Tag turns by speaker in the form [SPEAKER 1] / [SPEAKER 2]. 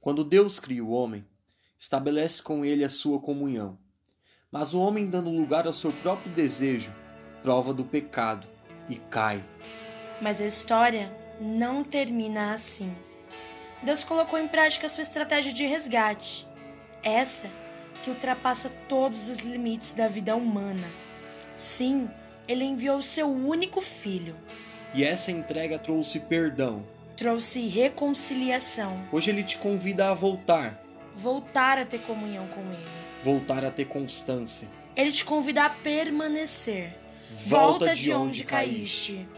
[SPEAKER 1] Quando Deus cria o homem, estabelece com ele a sua comunhão. Mas o homem, dando lugar ao seu próprio desejo, prova do pecado e cai.
[SPEAKER 2] Mas a história não termina assim. Deus colocou em prática sua estratégia de resgate, essa que ultrapassa todos os limites da vida humana. Sim, ele enviou seu único filho.
[SPEAKER 1] E essa entrega trouxe perdão.
[SPEAKER 2] Trouxe reconciliação,
[SPEAKER 1] Hoje ele te convida a voltar,
[SPEAKER 2] voltar a ter comunhão com ele.
[SPEAKER 1] voltar a ter constância.
[SPEAKER 2] Ele te convida a permanecer.
[SPEAKER 1] Volta de onde caíste.
[SPEAKER 2] caíste.